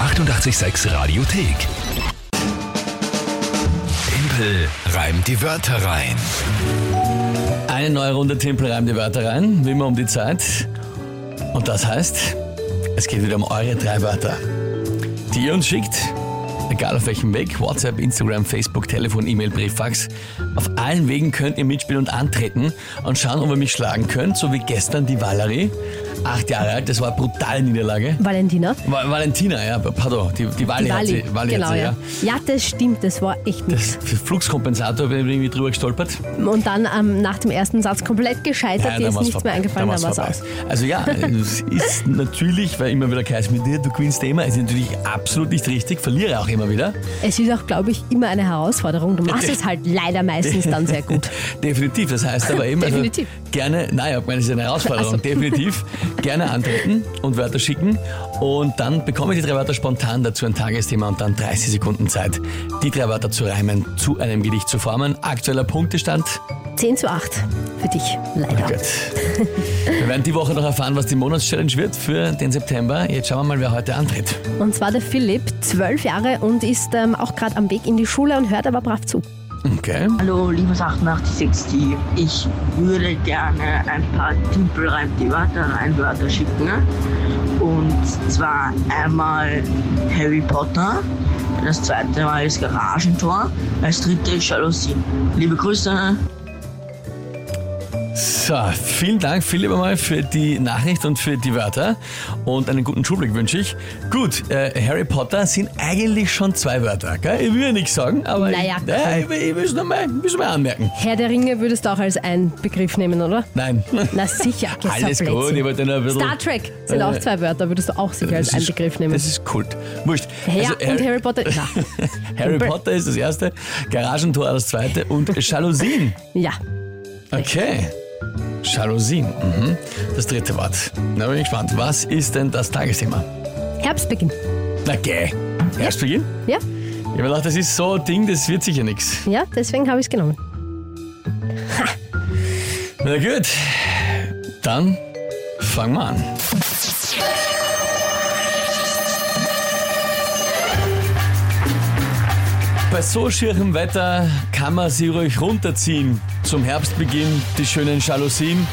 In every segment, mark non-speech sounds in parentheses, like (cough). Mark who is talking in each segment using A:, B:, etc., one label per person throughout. A: 886 Radiothek. Tempel reimt die Wörter rein.
B: Eine neue Runde Tempel reimt die Wörter rein, wie immer um die Zeit. Und das heißt, es geht wieder um eure drei Wörter, die ihr uns schickt, egal auf welchem Weg, WhatsApp, Instagram, Facebook, Telefon, E-Mail, Brief, Fax. Auf allen Wegen könnt ihr mitspielen und antreten und schauen, ob ihr mich schlagen könnt, so wie gestern die Valerie, acht Jahre alt, das war eine brutale Niederlage.
C: Valentina?
B: Wa- Valentina, ja, pardon, die, die Wally,
C: Die
B: hat sie,
C: Wally.
B: Wally
C: genau,
B: hat sie,
C: ja.
B: ja.
C: ja, das stimmt, das war echt
B: Das
C: nichts.
B: Flugskompensator bin ich irgendwie drüber gestolpert.
C: Und dann ähm, nach dem ersten Satz komplett gescheitert, dir ist
B: war's
C: nichts
B: vorbei.
C: mehr eingefallen, dann war es
B: war's
C: aus.
B: vorbei. Also
C: (laughs)
B: ja, es ist natürlich, weil immer wieder Kreis mit dir, du gewinnst immer, ist natürlich absolut nicht richtig, verliere auch immer wieder.
C: Es ist auch, glaube ich, immer eine Herausforderung. Du machst es halt leider meistens dann sehr gut.
B: (laughs) Definitiv, das heißt aber eben, also
C: Definitiv.
B: gerne, nein, ich hab gemeint, das ist eine Herausforderung,
C: Ach so. (laughs)
B: definitiv, gerne antreten und Wörter schicken und dann bekomme ich die drei Wörter spontan dazu ein Tagesthema und dann 30 Sekunden Zeit, die drei Wörter zu reimen, zu einem Gedicht zu formen. Aktueller Punktestand,
C: 10 zu 8 für dich, leider. (laughs)
B: Gut. Wir werden die Woche noch erfahren, was die Monatschallenge wird für den September. Jetzt schauen wir mal, wer heute antritt.
C: Und zwar der Philipp, zwölf Jahre und ist ähm, auch gerade am Weg in die Schule und hört aber brav zu.
B: Okay.
D: Hallo, liebes 886T. Ich würde gerne ein paar Timpel reimt die Wörter rein Wörter schicken. ne? Und zwar einmal Harry Potter, das zweite Mal ist Garagentor, das dritte ist Jalousie. Liebe Grüße.
B: So, vielen Dank, Philipp, einmal für die Nachricht und für die Wörter. Und einen guten Schulblick wünsche ich. Gut, äh, Harry Potter sind eigentlich schon zwei Wörter, gell? Ich will ja nichts sagen, aber
C: Naja.
B: ich, äh, ich, will- ich will es nochmal anmerken.
C: Herr der Ringe würdest du auch als einen Begriff nehmen, oder?
B: Nein.
C: Na sicher,
B: (laughs)
C: gestern
B: Alles gut,
C: Blödsinn.
B: ich wollte nur ein bisschen...
C: Star Trek sind
B: Äh,
C: auch zwei Wörter, würdest du auch sicher als
B: Das
C: einen
B: ist-
C: Begriff nehmen.
B: Das ist Kult. Wurscht.
C: Herr
B: Also,
C: und
B: (laughs)
C: Harry Potter. Na,
B: Harry Potter ist das erste, Garagentor das zweite
C: (laughs)
B: und Jalousien.
C: ja,
B: Okay. Jalousien. Mhm. Das dritte Wort. Na, bin ich gespannt. Was ist denn das Tagesthema?
C: Herbstbeginn.
B: Na, geh. Herbstbeginn?
C: Ja,
B: Ich hab mir gedacht, das ist so ein Ding, das wird sicher nichts.
C: ja, deswegen habe ich es genommen.
B: Na gut. Dann fangen wir an. Bei so schierem Wetter kann man sie ruhig runterziehen. Zum Herbstbeginn die schönen Jalousien.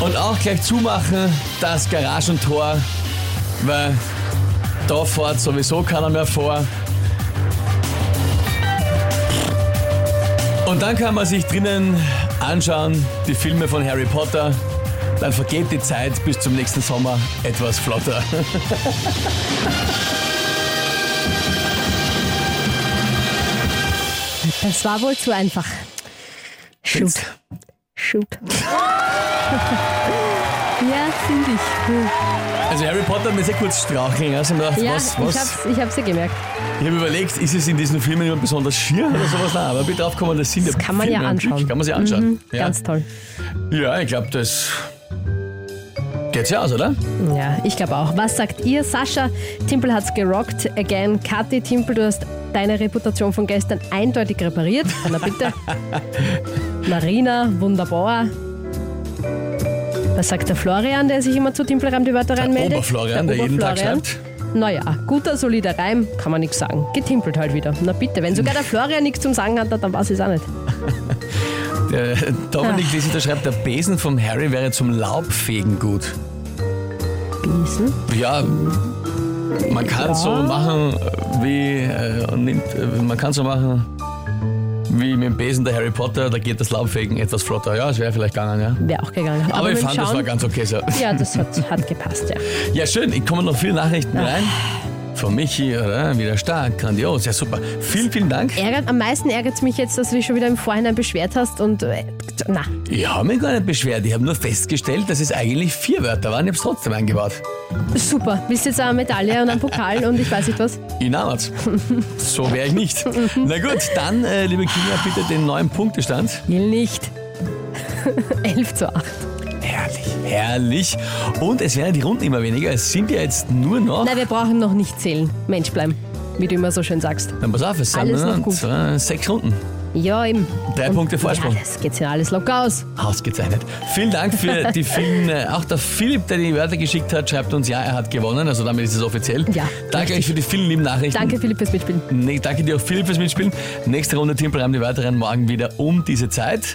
B: Und auch gleich zumachen das Garagentor, weil da fährt sowieso keiner mehr vor. Und dann kann man sich drinnen anschauen, die Filme von Harry Potter. Dann vergeht die Zeit bis zum nächsten Sommer etwas
C: (laughs)
B: flotter.
C: Das war wohl zu einfach. Shoot,
B: (laughs)
C: shoot. ja, finde ich.
B: Also Harry Potter hat mir sehr kurz straucheln. Also ich hab mir gedacht,
C: Ja,
B: was,
C: ich
B: was?
C: hab's, ich hab's ja gemerkt.
B: Ich habe überlegt, ist es in diesen Filmen immer besonders schier oder sowas? Nein, aber bitte aufkommen, das sind
C: Das
B: ja
C: kann man
B: Filme
C: ja
B: am Stück.
C: anschauen. Mhm,
B: Kann man sich anschauen. ja.
C: Ganz toll.
B: ja, ich glaube, das geht ja aus, oder?
C: Ja, ich glaube auch. Was sagt ihr? Sascha Timpel hat's gerockt. Again, Kathi Timpel, du hast deine Reputation von gestern eindeutig repariert.
B: (laughs)
C: Na bitte. Marina, wunderbar. Was sagt der Florian, der sich immer zu Timpelreim die Wörter reinmeldet?
B: Oberflorian, der jeden Tag
C: Oberflorian.
B: schreibt.
C: Naja, guter, solider Reim, kann man nichts sagen. Getimpelt halt wieder. Na bitte, wenn sogar der Florian nichts zum Sagen hat, dann weiß ich auch nicht.
B: Der Dominik Lisi, der schreibt, der Besen vom Harry wäre zum Laubfegen gut.
C: Besen?
B: Ja, man kann so machen wie äh, und nimmt, äh, man kann so machen wie mit dem Besen der Harry Potter, da geht das Laubfegen etwas flotter. Ja, es wäre vielleicht gegangen, ja.
C: Wäre auch gegangen.
B: Aber, ich
C: mit dem
B: fand, das
C: Schauen-
B: war ganz okay so.
C: Ja, das hat, hat gepasst, ja.
B: Ja, schön, ich komme noch viele Nachrichten rein. Von Michi, oder? Wieder stark, grandios, ja super. Vielen, vielen Dank.
C: Ärgert, am meisten ärgert es mich jetzt, dass du dich schon wieder im Vorhinein beschwert hast und äh, na,
B: Ich habe mich gar nicht beschwert, ich habe nur festgestellt, dass es eigentlich vier Wörter waren, ich habe es trotzdem eingebaut.
C: super. Willst jetzt eine Medaille und einen Pokal und ich weiß nicht was?
B: Ich nehm's. So wäre ich nicht. Na gut, dann, äh, liebe Kinder, bitte den neuen Punktestand.
C: Will (laughs) nicht. 11 zu 8.
B: Herrlich, herrlich. Und es werden die Runden immer weniger. Es sind ja jetzt nur noch.
C: Nein, wir brauchen noch nicht zählen. Mensch bleiben, wie du immer so schön sagst.
B: Dann pass auf, es sind
C: Alles
B: nur
C: noch
B: noch
C: gut.
B: zwei, sechs Runden.
C: Ja, eben.
B: Drei
C: Und
B: Punkte Vorsprung.
C: Ja, das geht ja alles locker aus.
B: Ausgezeichnet. Vielen Dank
C: (laughs)
B: für die vielen. äh, Auch der Philipp, der die Wörter geschickt hat, schreibt uns, ja, er hat gewonnen. Also damit ist es offiziell.
C: Ja,
B: Danke euch für die vielen lieben Nachrichten.
C: Danke, Philipp, fürs Mitspielen.
B: Nee, danke dir auch Philipp fürs Mitspielen. Nächste Runde Timpelreim, die weiteren morgen wieder um diese Zeit.